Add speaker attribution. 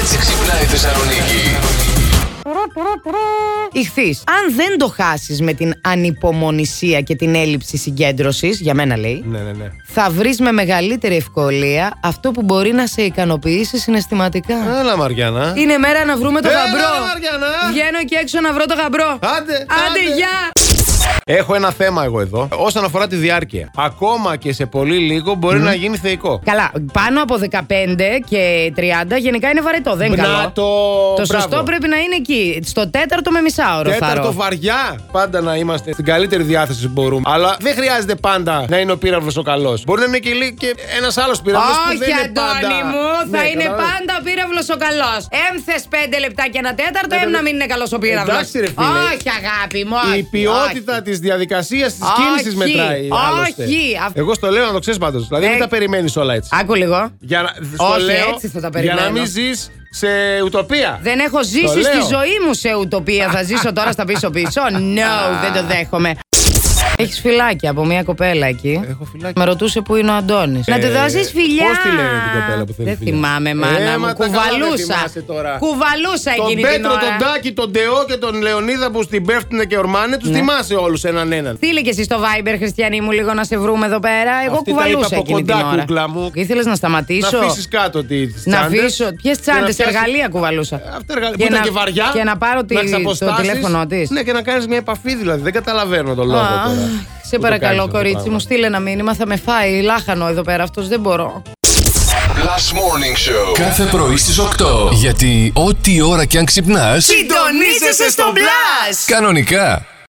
Speaker 1: έτσι ξυπνάει η Θεσσαλονίκη.
Speaker 2: Ηχθείς. Αν δεν το χάσεις με την ανυπομονησία και την έλλειψη συγκέντρωσης, για μένα λέει,
Speaker 3: Ναι, ναι, ναι.
Speaker 2: θα βρεις με μεγαλύτερη ευκολία αυτό που μπορεί να σε ικανοποιήσει συναισθηματικά.
Speaker 3: Έλα, Μαριάννα.
Speaker 2: Είναι μέρα να βρούμε το
Speaker 3: Έλα,
Speaker 2: γαμπρό.
Speaker 3: ρε, Μαριάννα.
Speaker 2: Βγαίνω εκεί έξω να βρω το γαμπρό.
Speaker 3: Άντε,
Speaker 2: Άντε,
Speaker 3: άντε.
Speaker 2: γεια!
Speaker 3: Έχω ένα θέμα εγώ εδώ. Όσον αφορά τη διάρκεια. Ακόμα και σε πολύ λίγο μπορεί να γίνει θεϊκό.
Speaker 2: Καλά, πάνω από 15 και 30 γενικά είναι βαρετό, δεν είναι καλό.
Speaker 3: Να το.
Speaker 2: Το
Speaker 3: Μπράβο.
Speaker 2: σωστό πρέπει να είναι εκεί. Στο τέταρτο με μισάωρο θα ρω.
Speaker 3: Τέταρτο βαριά. Πάντα να είμαστε στην καλύτερη διάθεση που μπορούμε. Αλλά δεν χρειάζεται πάντα να είναι ο πύραυλος ο καλός. Μπορεί να είναι και, λί- και ένας άλλος πύραυλος που δεν
Speaker 2: Όχι,
Speaker 3: είναι πάντα.
Speaker 2: Αντώνη μου, θα
Speaker 3: Ναι,
Speaker 2: είναι
Speaker 3: κατάλαβες.
Speaker 2: πάντα ο πύραυλο ο καλός. Έμθες πέντε λεπτά και ένα τέταρτο, έμ
Speaker 3: Ναι,
Speaker 2: να
Speaker 3: βέβαια.
Speaker 2: μην είναι καλός ο πύραυλο.
Speaker 3: Εντάξει, ρε φίλε.
Speaker 2: Όχι, αγάπη μου, όχι.
Speaker 3: Η ποιότητα της διαδικασίας της
Speaker 2: Όχι.
Speaker 3: κίνηση μετράει.
Speaker 2: Όχι.
Speaker 3: άλλωστε.
Speaker 2: Αυ-
Speaker 3: Εγώ στο λέω να το ξέρεις πάντως. Δηλαδή
Speaker 2: Ε,
Speaker 3: μην τα περιμένεις όλα έτσι.
Speaker 2: όχι. Άκου λίγο.
Speaker 3: Για να, στο
Speaker 2: όχι,
Speaker 3: λέω,
Speaker 2: έτσι θα τα
Speaker 3: Για να
Speaker 2: περιμένω.
Speaker 3: μην ζεις σε ουτοπία.
Speaker 2: Δεν έχω ζήσει
Speaker 3: Το
Speaker 2: στη
Speaker 3: λέω.
Speaker 2: ζωή μου σε ουτοπία. Θα ζήσω τώρα στα πίσω-πίσω. No, δεν το δέχομαι. Έχεις φυλάκια από μια κοπέλα εκεί.
Speaker 3: Έχω φυλάκια.
Speaker 2: Με ρωτούσε που είναι ο Αντώνης. να του
Speaker 3: Ε,
Speaker 2: δώσει φιλιά.
Speaker 3: πώς τη λένε την κοπέλα που θέλει
Speaker 2: Δεν
Speaker 3: φιλιά?
Speaker 2: θυμάμαι, μάνα
Speaker 3: Ε,
Speaker 2: μου.
Speaker 3: μα τα καλά δεν
Speaker 2: Κουβαλούσα.
Speaker 3: θυμάσαι τώρα.
Speaker 2: Κουβαλούσα
Speaker 3: Τον
Speaker 2: εκείνη την
Speaker 3: Πέτρο, τον
Speaker 2: ώρα.
Speaker 3: Τάκη, τον Τεό και τον Λεωνίδα που στην πέφτουνε και ορμάνε,
Speaker 2: Ναι.
Speaker 3: του θυμάσαι όλους έναν έναν.
Speaker 2: Στείλε και εσύ στο Viber, Χριστιανή μου, λίγο να σε βρούμε εδώ πέρα. Εγώ
Speaker 3: Αυτή τα
Speaker 2: κουβαλούσα
Speaker 3: είπα από
Speaker 2: εκείνη
Speaker 3: κοντά,
Speaker 2: την ώρα.
Speaker 3: κούκλα μου.
Speaker 2: Ήθελες να σταματήσω.
Speaker 3: Να αφήσεις κάτω τι τις
Speaker 2: Να
Speaker 3: τσάντες
Speaker 2: αφήσω. Ποιες
Speaker 3: και να
Speaker 2: τσάντες,
Speaker 3: πιάσεις-
Speaker 2: εργαλεία κουβαλούσα.
Speaker 3: Αυτά εργαλεία που ήταν και βαριά.
Speaker 2: Και να πάρω τη,
Speaker 3: να
Speaker 2: το
Speaker 3: ξαποστάσεις.
Speaker 2: τηλέφωνο της.
Speaker 3: Ναι, και να κάνεις μια επαφή δηλαδή. Δεν καταλαβαίνω τον λόγο
Speaker 2: Α,
Speaker 3: τώρα.
Speaker 2: Σε
Speaker 3: που το κάνεις αυτό
Speaker 2: παρακαλώ,
Speaker 3: το
Speaker 2: κορίτσι
Speaker 3: πράγμα.
Speaker 2: μου, στείλε ένα μήνυμα. Θα με φάει λάχανο εδώ πέρα. Αυτός δεν μπορώ.
Speaker 1: Last Morning Show.
Speaker 4: Κάθε πρωί στις 8. Γιατί ό,τι ώρα κι αν ξυπνάς,
Speaker 2: Συντονίζεσαι στο μπλα!
Speaker 4: κανονικά.